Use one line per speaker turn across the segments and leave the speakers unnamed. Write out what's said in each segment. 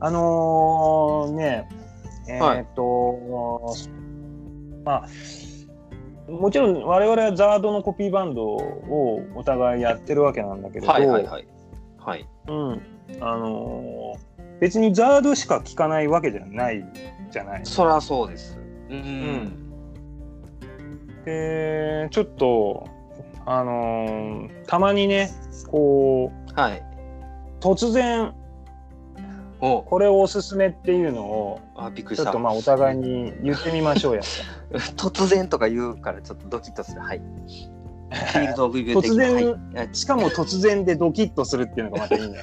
あのーね、え
はい
ーっ、と、まあ、もちろん我々はザードのコピーバンドをお互いやってるわけなんだけれど、
はいはいはい。はい。
うん、あのー別にザードしか聴かないわけじゃないじゃない。
そらそうです。うん。
で、ちょっと、あのーたまにね、こ
はい。
う、突然、
お
これをおすすめっていうのを、
あ、びっく
ち
りし。
ょったとまあお互いに言ってみましょうや。
突然とか言うからちょっとドキッとする。はい。フィールドオブビュー的
突
な。
然
はいあち
しかも突然でドキッとするっていうのがまたい いね。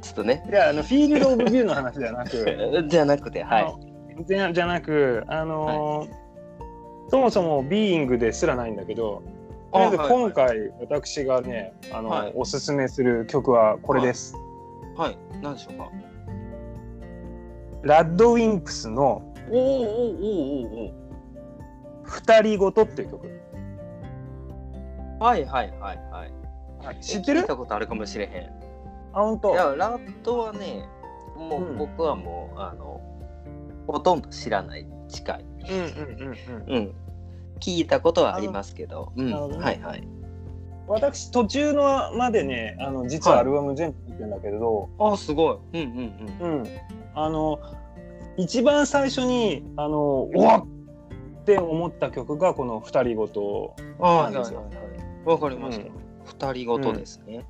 ちょっとね。
じゃあ、あのフィールド・オブ・ビューの話ではなく、
じゃなくて、は
あ
い。
のじゃじゃなく、あのーそもそもビーイングですらないんだけど、とりあえず
はい
今回、私がね、あの
はい
おすすめする曲はこれです。
はい。何でしょうか。
ラッドウィンプスの
おおおおおお
「二人ごと」っていう曲。
お。はいはいはいはい。
知ってる
聞いたことあるかもしれへ
あ、本
ん。い
当
や、ラットはね、も
う
うん僕はもう、あの、ほとんど知らない。近い。
うんうんうんうん。
うん。聞いたことはありますけど。うん。
なるほどね
はいはい。
私、途中のまでね、あの実はアルバム全部聴いてるんだけど、
あ、すごい。うんうん
うん、あの一番最初にあのおわっって思った曲がこの「二人ごと
うん。あ
なんですよ
い。わかりました。
うん
二人ごとですね。」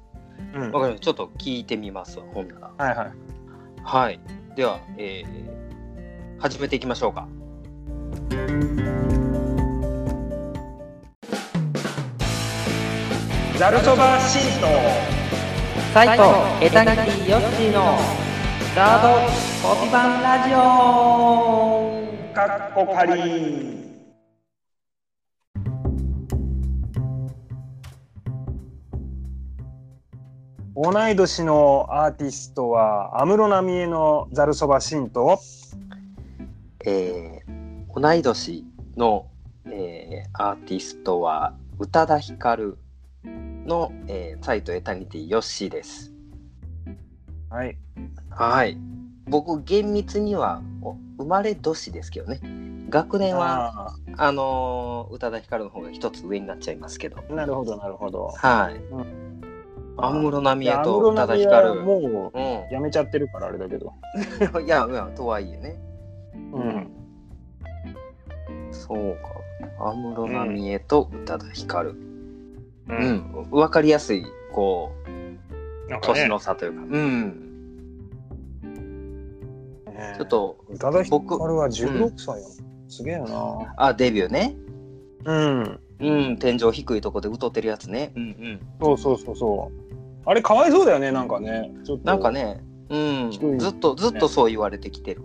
わ
は
かりました。ちょっと聞いてみますわ、本なら。
いはい
はい。では、えー、始めていきましょうか。
「ザルそばシート
サイトエタニティヨッシーのザードコピバンラジオ」
かっこかり同い年のアーティストは安室奈美恵の「ザルそばシント
えー、同い年の、えー、アーティストは宇多田ヒカルの、えー、サイトエタニティヨッシーです。」
はい
はい。僕厳密にはお生まれ年ですけどね。学年は
あ
あのー宇多田ヒカルの方が一つ上になっちゃいますけど。
ーなるほどなるほど
はい。
う
安室奈美恵
安
と
室
宇多田
奈美
ヒ
恵
カ
は
ル。
も
うん
うやめちゃってるからあれだけど、
いや、いや、とはいえね。
うん、
そうか。安室奈美恵と宇多田ヒカル。
う
う、ん。わかりやすい、こう、
なんかね
年の差というか。うん。
ね
ちょっと、
宇多田ヒカ
僕
ルは16歳よ、すげえな
あ、デビューね。
うん
うん、天井低いとこで歌ってるやつね。うんうん。
そうそうそうそうあれかわいそうだよねなんかねちょっと
なんかね、うん
低いね、
ずっと、ずっとそう言われてきてる。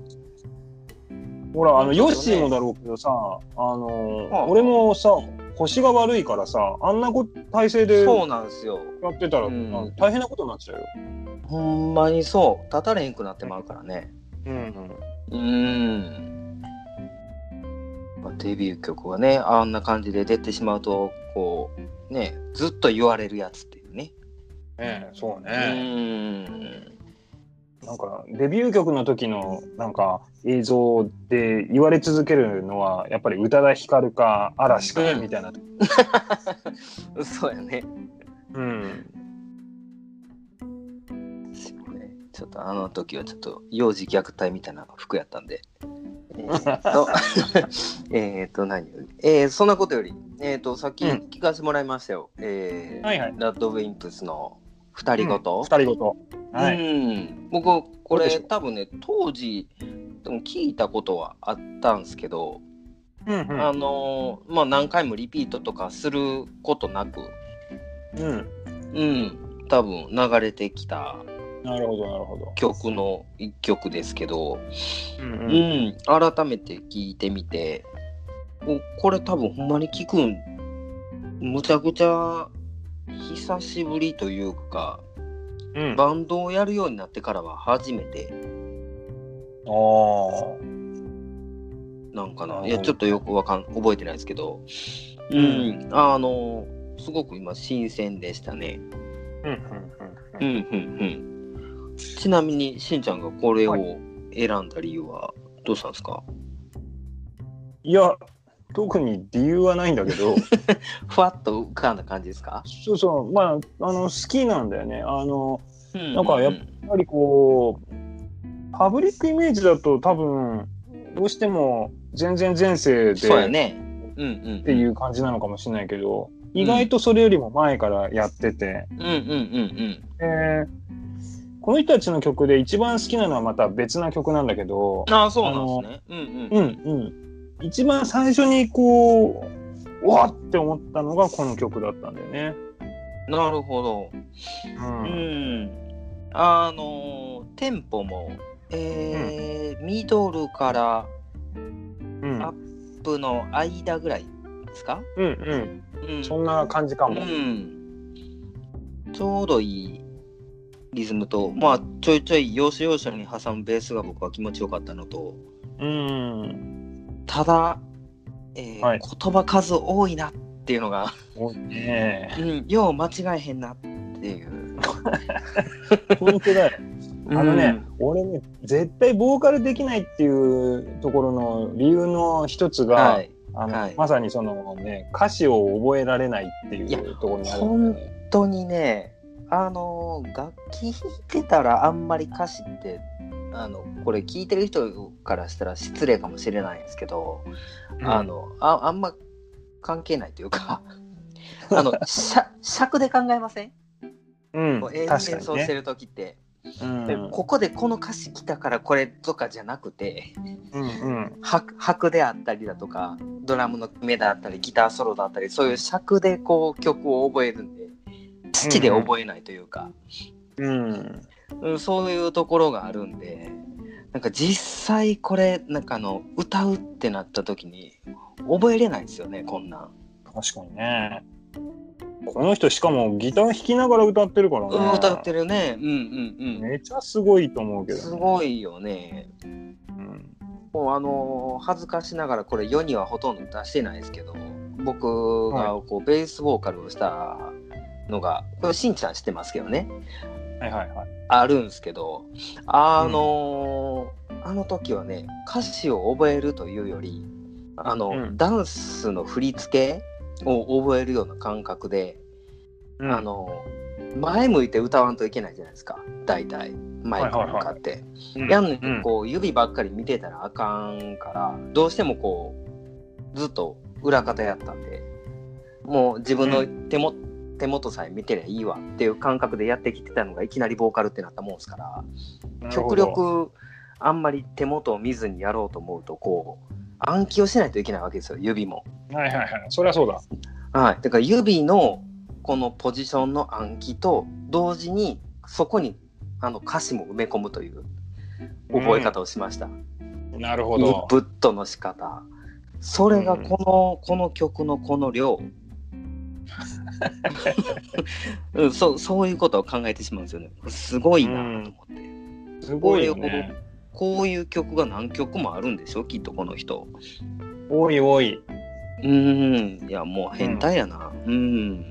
ほらあの
ちょっ
ヨ
とね
ッシーもだろうけどさあのー
ああ
俺もさ腰が悪いからさあんなこ体勢で
そう
や
なんですよ。
ってたら、
うん
あの大変なことになっちゃうよ
ほんまにそう。立たれへんくなってまうからね。
うん
うん。まあデビュー曲はね、あんな感じで出てしまうと、こう、ね、ずっと言われるやつっていうね。
ねえそう
う
ね、
ん。
なんかデビュー曲の時のなんか映像で言われ続けるのはやっぱり宇多田ヒカルか嵐か
うん
みたいな、
そうやね。
うん、
ちょっとあの時はちょっと幼児虐待みたいな服やったんで。えーっと、 えーっと何より、えーそんなことより、えーっと、さっき
うん
聞かせてもらいましたよ。えー
はいはい
ラッドウィンプスの二人ごと。
二人ごと。
うん、
はい。
僕、こ
どうでし
れ
ょう
多分ね、当時、でも聞いたことはあったんですけど、
うん
あのーまあ何回もリピートとかすることなく、
うん。うん。
うん、多分流れてきた
なるほど、なるほど。
曲の一曲ですけど、
うん
う。ん、改めて聞いてみておこれ多分ほんまに聞くんむちゃくちゃ久しぶりというか
うん。あ
バンドをやるようになってからは初めて
あー。
なんか
あ
な
ー
いやちょっとよくわかん覚えてないですけどうん、あのすごく今新鮮でしたね
うん。うん。
うんうんちなみにしんちゃんがこれ
は
を選んだ理由はどうしたんですか
いや、特に理由はないんだけど、
ふわっと浮かんだ感じですか、
そうそう、まあ、あの、好きなんだよね。あの、
うん
なんかやっやっぱりこう、パブリックイメージだと多分、どうしても全然前世で
そうや
っ
ねうんうん
ていう感じなのかもしれないけど、意外とそれよりも前からやってて、
うんうんうん
えーこの人たちの曲で一番好きなのはまた別な曲なんだけど
う、んああそうなんですねう
うんんうん。一番最初にこう、うわっって思ったのがこの曲だったんだよね。
うんなるほど
うん
うん、あのーテンポも、えーミドルから
うん
あアップの間ぐらいですか、
うんうん。
うん
そんな感じかも。
うん、ちょうどいいリズムと、まあ、ちょいちょい要所要所に挟むベースが僕は気持ちよかったのと
うん。
ただ、えー
はい
言葉数多いなっていうのが、
もうね
うん、よう間違えへんなっていう。
本当だよ。あの
う
ね
ん、
俺ね、絶対ボーカルできないっていうところの理由の一つが、
はい、
あの
はい
まさにそのね、歌詞を覚えられないっていう
いや
ところにあるんだよね。
本当にねあの楽器弾いてたらあんまり歌詞ってあのこれ聞いてる人からしたら失礼かもしれないんですけど、
うん
あのああんま関係ないというか あのしゃ尺で考えません、
うん、
こう演
確か
奏
に
して
ね。
る時って、
うん
でここでこの歌詞来たからこれとかじゃなくて
うんうん
拍拍であったりだとかドラムの目だったりギターソロだったりそういう尺でこう曲を覚えるんで土で覚えないというか。
うん
うん、そういうところがあるんでなんか実際これなんかあの歌うってなった時に覚えれないですよねこんなん
確かにね。この人しかもギター弾きながら歌ってるからね。
うん歌ってるねうんうん
めちゃすごいと思う
う
け
ん
ど、ね。
すごいよね
うん
もうあのー恥ずかしながらこれ世にはほとんど出してないですけど僕がこうベースボーカルをしたのがこれしんちゃん知ってますけどね
はいはいはい。
あるんですけどあのーあの時はね歌詞を覚えるというよりあの、
うん
ダンスの振り付けを覚えるような感覚で、
うん
あ、の前向いて歌わんといけないじゃないですか大体マイクに向かって。
うん
やんのに
うん
こう指ばっかり見てたらあかんからどうしてもこうずっと裏方やったんでもう自分の手も、手元さえ見てりゃいいわっていう感覚でやってきてたのがいきなりボーカルってなったもんですから。
なるほ
極
ど
力あんまり手元を見ずにやろうと思うとこう暗記をしないといけないわけですよ指も。
はいはいはい。そりゃそうだ。
はい、だから指のこのポジションの暗記と同時にそこにあの歌詞も埋め込むという覚え方をしました。
なるほ
イン
ど。
プットの仕方それがこの、この曲のこ の量うん、そうそういうことを考えてしまうんですよねすごいなと思って、
すごいよね。
こういう曲が何曲もあるんでしょきっとこの人
多い多い。
うーんいやもう変態やなうーん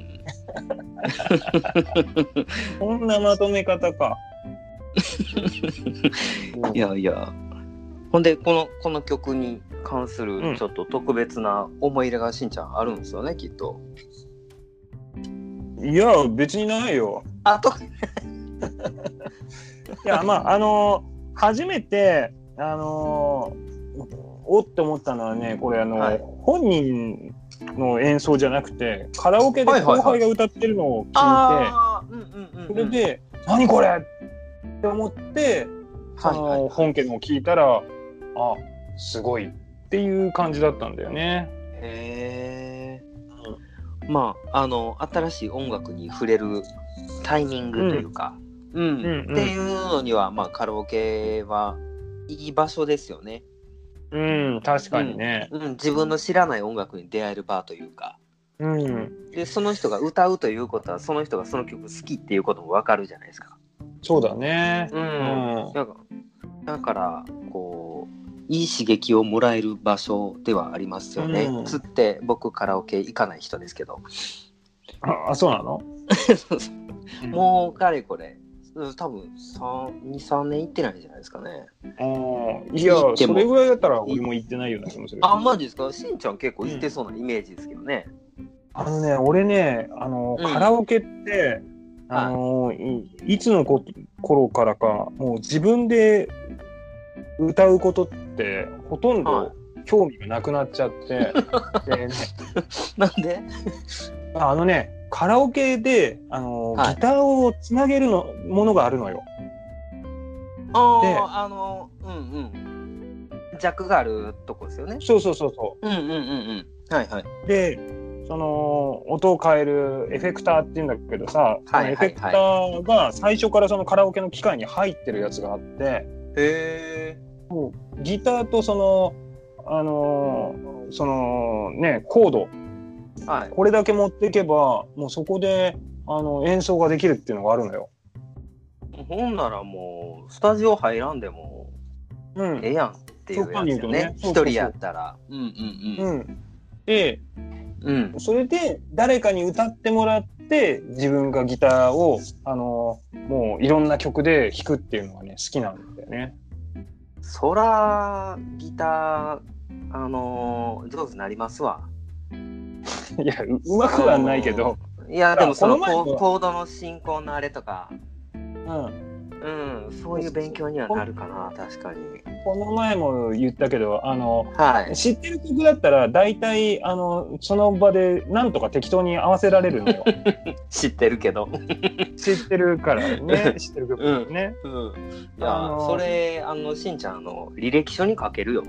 こんなまとめ方か。
いやいやほんでこのこの曲に関す
う
る
ん
ちょっと特別な思い入れがしんちゃんあるんですよねきっと
いや、別にないよ。
あと
いや、ま あ、あのー初めて、あのーおって思ったのはね、これ、あのー
はい
本人の演奏じゃなくて、カラオケで
はいはいはい
後輩が歌ってるのを聞いて、
あーうんうんうん
それで、何これって思って、そ
はいはい
の本家のを聞いたら、あ、すごいっていう感じだったんだよね。
へえまああの新しい音楽に触れるタイミングというか、うん
うんうん
っていうのには、まあ、カラオケはいい場所ですよね、
うん、確かにね。
うん、自分の知らない音楽に出会える場というか
うん、
でその人が歌うということはその人がその曲好きっていうことも分かるじゃないですか。
そうだね。
う、
うんん、
だからだからこういい刺激をもらえる場所ではありますよね。
うん
つって僕カラオケ行かない 人ですけど。
あ、そうなの
もうかれこれうん多分23年行ってないんじゃないですかね
ああ、いや
行っ、て
そ
も
れぐらいだったら俺も行ってないような気もする。
あマジですかしんちゃん結構行ってそうなイメージですけどね、
あのね、俺ね、あの、
うん
カラオケって、あの、いいつのこ頃からか、もう自分で歌うことって、ほとん
はい
ど興味がなくなっちゃ って、でね
なんで
あのね、カラオケで、あの、
はい
ギターをつなげるのものがあるのよ。
あ
で
ああのうんうんジャックがあるとこですよね
そうそうそうそ。
うんうんうんうんはいはいう
で、その音を変えるエフェクターっていうんだけどさ、その
はいはいはい
エフェクターが最初からそのカラオケの機械に入ってるやつがあって、
へえ
もうギターとその、あのーそのね、コード、
はい
これだけ持っていけば、もうそこで、あの、演奏ができるっていうのがあるのよ。
ほんならもうスタジオ入らんでも
うん
ええ。やんっていうやつよね一、
そうか言うと
人
ね
やったらうんうん
うん。で、
うんうん
それで誰かに歌ってもらって、自分がギターを、あのーもういろんな曲で弾くっていうのがね、好きなんだよね。
そらギターあのー上手になりますわ
いや、ううまくはないけど、
いやでもその
この前
コ
の
ーコードの進行のあれとか
うん。
うんそういう勉強にはなるかな確かに
この前も言ったけど、あの、
はい
知ってる曲だったら大体あのその場でなんとか適当に合わせられるの よ
知ってるけど
知ってるからね知ってる曲ね、
うんい
あ
や
のー
それあのしんちゃんあの履歴書に書けるよ。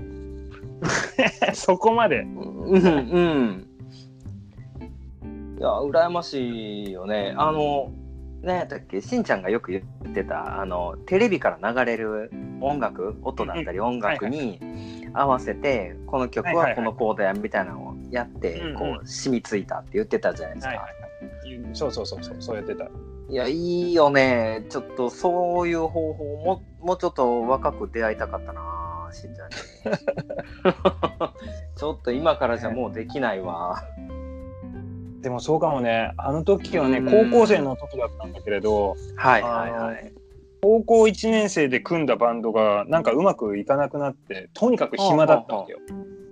そこまで
うんうん。いや羨ましいよね。あの何やったっけしんちゃんがよく言ってたあのテレビから流れる音楽音だったり音楽に合わせてこの曲
はいはいは
はいこのコードやみたいなのをやって
うんうん
こう染みついたって言ってたじゃないです
はい
か
は。いそうそうそうそうそうやってた
いやいいよねちょっとそういう方法ももうちょっと若く出会いたかったなし んちゃんにちょっと今からじゃもうできないわ。
でもそうかもねあの時はね
うん
高校生の時だったんだけれど
はい
い
は
はいい
は。
はい高校1年生で組んだバンドがなんかうまくいかなくなってとにかく暇だったわけよ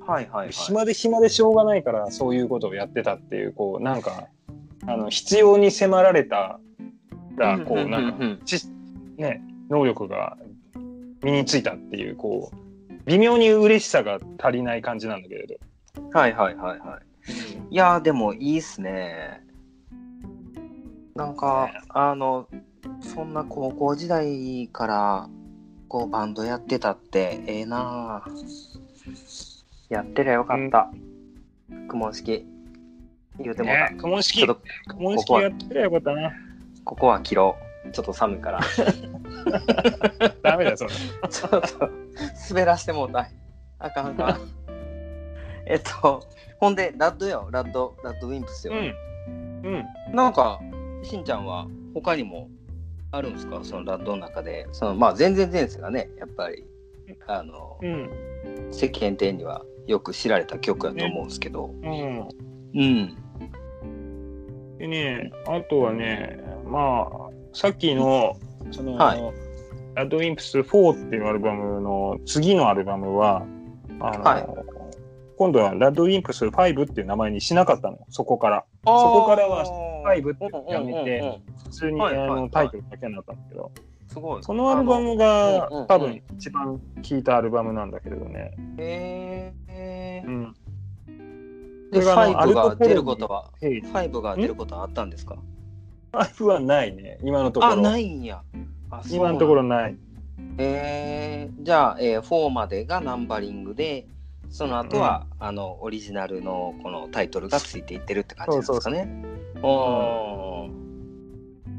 はいはいはい。
暇で暇でしょうがないからそういうことをやってたっていうこうなんかあの必要に迫られたらこうなんか
うん
知ね、能力が身についたっていうこう微妙に嬉しさが足りない感じなんだけれど
うんはいはいはいはい。いやーでもいいっすね。なんかあのそんな高校時代からこうバンドやってたってええなあやってりゃよかった。公文式言うてもらっ
ね
た。
公文式
ちょっと
公文式やってりゃよかったな
ここは切ろう。ちょっと寒いから。
ダメだよそれ
ちょっと滑らしてもうたい。あかんあかん。えっと、ほんで、ラッドよ、ラッド、ラッドウィンプスよ。
うんうん
なんか、しんちゃんは他にもあるんですかそのラッドの中で。そのまあ、全然前世がね、やっぱり、あの、
うん
世間体にはよく知られた曲やと思うんですけど。
うん
うん。
でねあとはねまあさっきのその、
は
ラッドウィンプス4っていうアルバムの次のアルバムはあの、
はい
今度はラッドウィンプス5っていう名前にしなかったのそこからそこからはファイブってやめて
うんうんうんうん
普通に、
はいはい
あ
はい
のタイトルだけになったんだけど、
すごい。
このアルバム
あのうんうん
が多分一番聴いたアルバムなんだけれどね。
へえ
う。ん。
で、
これ
フ
があの
ァイブが出ることは、
ファイ
ファイブが出ることはあったんですか
ブはないね、今のところ。
あないんやあそうな
今
ん
のところない。
えーじゃあ、えー、4までがナンバリングでその後は、あのオリジナルのこのタイトルがついていってるって感じなんですかねお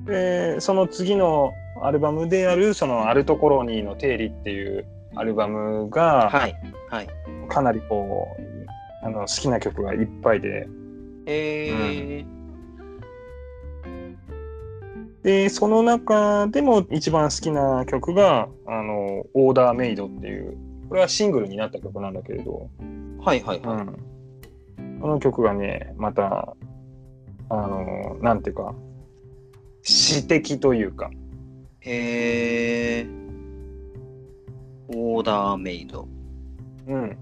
で、その次のアルバムである、そのアルトコロニーの定理っていうアルバム
ー
が、
はいはい
かなりこう、あの好きな曲がいっぱいで、
えー
で、その中でも一番好きな曲が、あの、オーダーメイドっていう、これはシングルになった曲なんだけれど、
はいはいはい、
うん、この曲がねまたあのなんていうか詩的というか
へえ。オーダーメイド。
うん。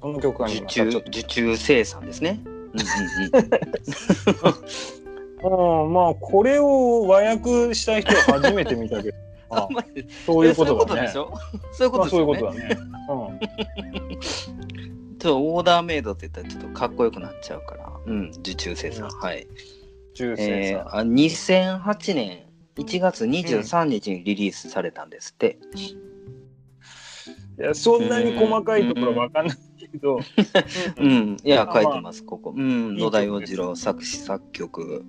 この曲は
受
今
注、
ちょっ
受注生産ですね。うんうんうん。
と。うん、まあ、これを和訳した人は初めて見た けど。 あ
あんまり
そういうことだ
え
ね。
そういうことでしょそういう
ま
こと
あ、
で
そう
す
いう
よ
こ
ね。
とだね。うん。
ちょっとオーダーメイドって言ったらちょっとかっこよくなっちゃうから。うん、受注生産。はい。
中世
えー
さ、
あ2008年1月23日にリリースされたんですって。
ん。いや、そんなに細かいところわかんないけど。
うん、いや、
あ
書いてます、ここ。うん、
いい
野
曲
田
です
洋次郎作詞作曲。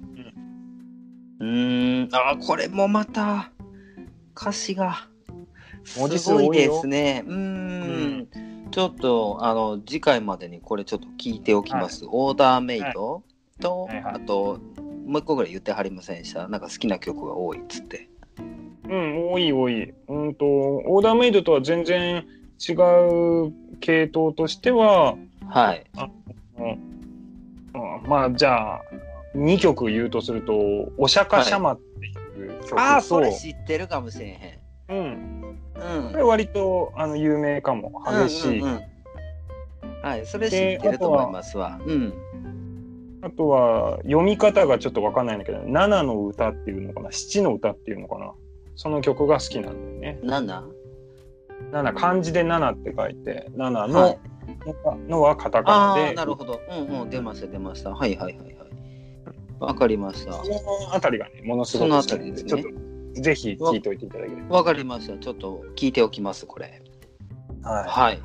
うん、んあー、これもまた、歌詞が、す
文字数
ごい
多い
で
よ
すね。うん,、ちょっと、あの、次回までにこれちょっと聞いておきます。オーダーメイドと、
はいはい
あと、もう一個ぐらい言ってはりませんでした。なんか好きな曲が多いっつって。
うん、多い多い。うんと、オーダーメイドとは全然違う系統としては、
はい。
うんまあ、じゃあ、2曲言うとすると、お釈迦様っていう曲と、
ああ、それ知ってるかもしれへ
うん、
ん。うん。
これ割とあの有名かも、激しい。
うんうんうんはい、それ知ってると思いますわ。うん。
あとは、読み方がちょっとわかんないんだけど、7の歌っていうのかな、7の歌っていうのかな。その曲が好きなんだよね。
なんだ
7、漢字で7って書いて、7の、
はい。
のはカタ
あ
カナ
あ、
で、
なるほど。うんうん、出ました、出ました。はいはいはいはい。わかりました。
そのあたりがね、ものすごく好きなんで、
そのあた
ち
りで
ょっと、ぜひ聞いておいていただけれ
わかりました。ちょっと聞いておきます、これ。
ば。は
はい。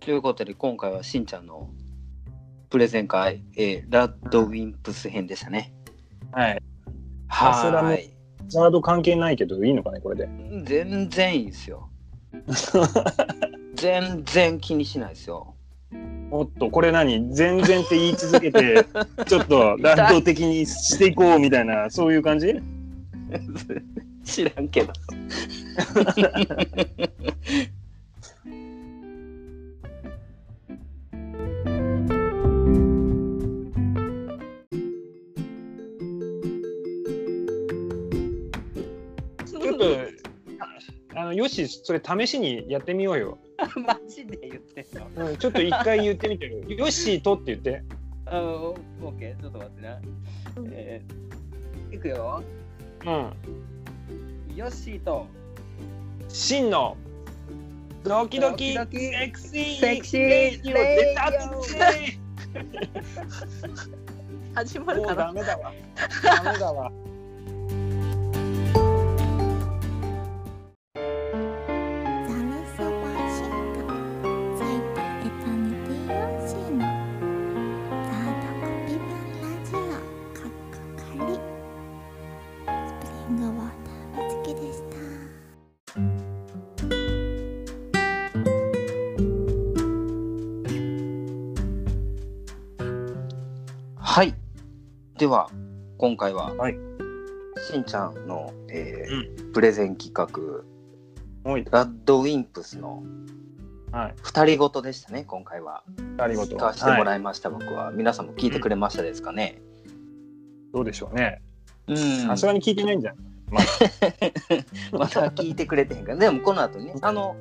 ということで、今回はしんちゃんのプレゼン会、えーラッドウィンプス編でしたね。
い。はい。さすが
は
の
ーい。
ザード関係ないけど、いいのかね、これで。
全然いいです よ。全然気にしないですよ。
おっと、これ何全然って言い続け て、ちょっと乱闘的にしていこうみたいな、そういう感じ
知らんけど。
ちょっと、あのよし、それ試しにやってみようよ。
マジで言ってんの
うん、ちょっと一回言ってみ てよ。よしとって言って。
あオッケーちょっと待ってな、えー、いくよ
うん。
ヨッシーと
真のドキドキ
ドキドキ
セクシー
セクシー
レディオ出た
レディオ
って
始ま
も
るか
うダ
な
メだわ。ダメだわ。
ザルそばシンクザイトエタニティヨシーのザードコピバンラジオカッコカリスプリングウォーター美月でした
はい。では、今回は、
はい
しんちゃんの、えープレゼン企画、
はい。
ラッドウィンプスの
はい。
二人ごとでしたね、今回は。
ありがとう。
聞かせても
はい
らいました、僕は。皆さんも聞いてくれましたですかね。
どうでしょうね。
うん。
さすがに聞いてないんじゃん。
また聞いてくれてへんから。でも、この後ね、あの、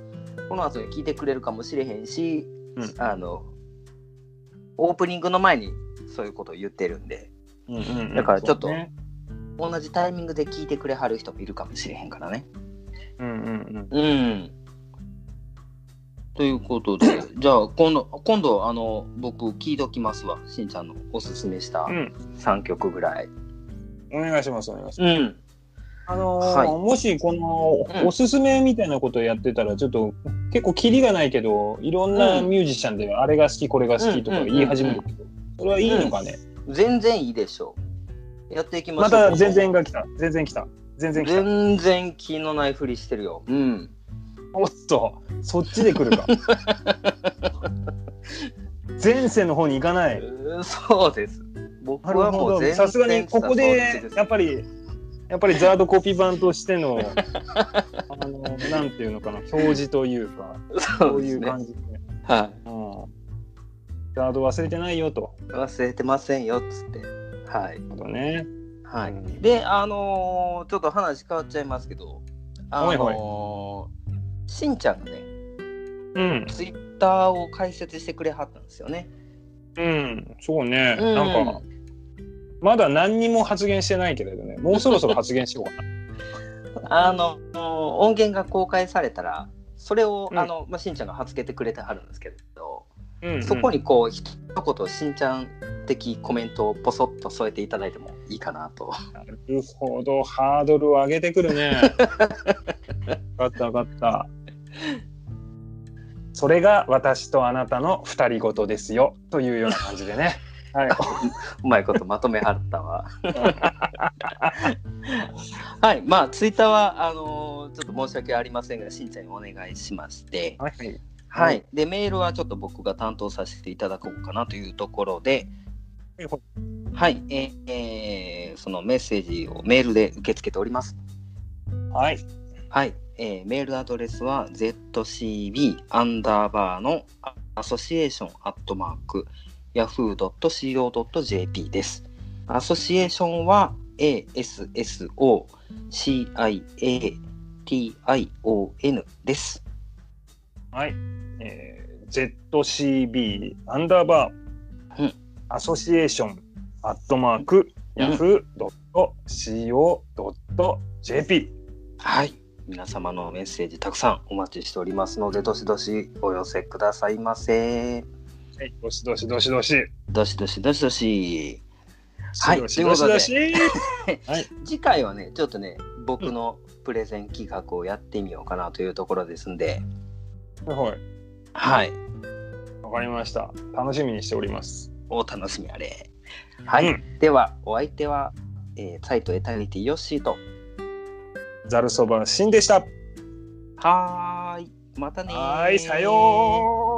この後に聞いてくれるかもしれへんし、
うん
あの、オープニングの前にそういうことを言ってるんで、
うんうんうん
だからちょっと
そうね
同じタイミングで聞いてくれはる人もいるかもしれへんからね。
うんうん
うん。ということ で、じゃあ今度、今度あの僕聞いておきますわ、しんちゃんのおすすめした
うん。うん。
3曲ぐらい。
お願いします、お願いします。
うん。
あのー
はい
もしこ
うん
のおすすめみたいなことをやってたらちょっと結構キリがないけどいろんなミュージシャンであれが好きこれが好きとか言い始めるけどそれはいいのかね、
全然いいでしょう。やっていきま
ま
しょう。
た全然が来た全然来た全然来た
全然気のないふりしてるよ。うん。
おっとそっちで来るか 前世の方に行かない
そうです。僕
な
は
る
も
ほ
う全
ど
然
さすがにここ
そっち
ですやっぱりやっぱりザードコピー版としての あのなんていうのかな表示というか
そ
そうう
で
い
す
う
ね。
感じで
はい。
うんガード忘れてないよと。
忘れてませんよっつって。はい。
あとね。
はい、
うん
であのーちょっと話変わっちゃいますけどあ
はいはい
のーしんちゃんがね、
うん。
ツイッターを開設してくれはったんですよね。
うん。そうね。
うん
なんか、まだ何にも発言してないけれどね、もうそろそろ発言しようかな。
あのー音源が公開されたら、それを、
うん
あの、まあ、しんちゃんが発けてくれてはるんですけど、
うんうん
そこに こう、一言、しんちゃん的コメントをポソッと添えていただいてもいいかなと。
なるほど、ハードルを上げてくる ね。分かった分かった。それが私とあなたの二人ごとですよというような感じでね。 はい。
うまいことまとめはったわ。 はい、まあ、ツイッターは、あのーちょっと申し訳ありませんが、しんちゃんにお願いしまして、
はい。
はい、で、メールはちょっと僕が担当させていただこうかなというところで、はい、えーえーそのメッセージをメールで受け付けております。
はい。
はい、えーメールアドレスは ZCB アンダーバーのアソシエーションアットマーク Yahoo.co.jp です。アソシエーションは ASSOCIATION です。
はい。えー ZCB アンダーバー、
うん
アソシエーションアットマーク
うん
yahoo.co.jp。
はい。皆様のメッセージたくさんお待ちしておりますので、どしどしお寄せくださいませ。
はい。どしどしどしどし。
どしどしどしどし。はい
どしどしど
と
し。
次回はねちょっとね僕のプレゼン企画をやってみようかなというところですんで、
はい。
はい
わかりました。楽しみにしております。
お楽しみあれはい、
うん
ではお相手は、えー、サイトエタニティヨッシーと
ざるそばしんでした。
はーいまたねー
はい、さよう。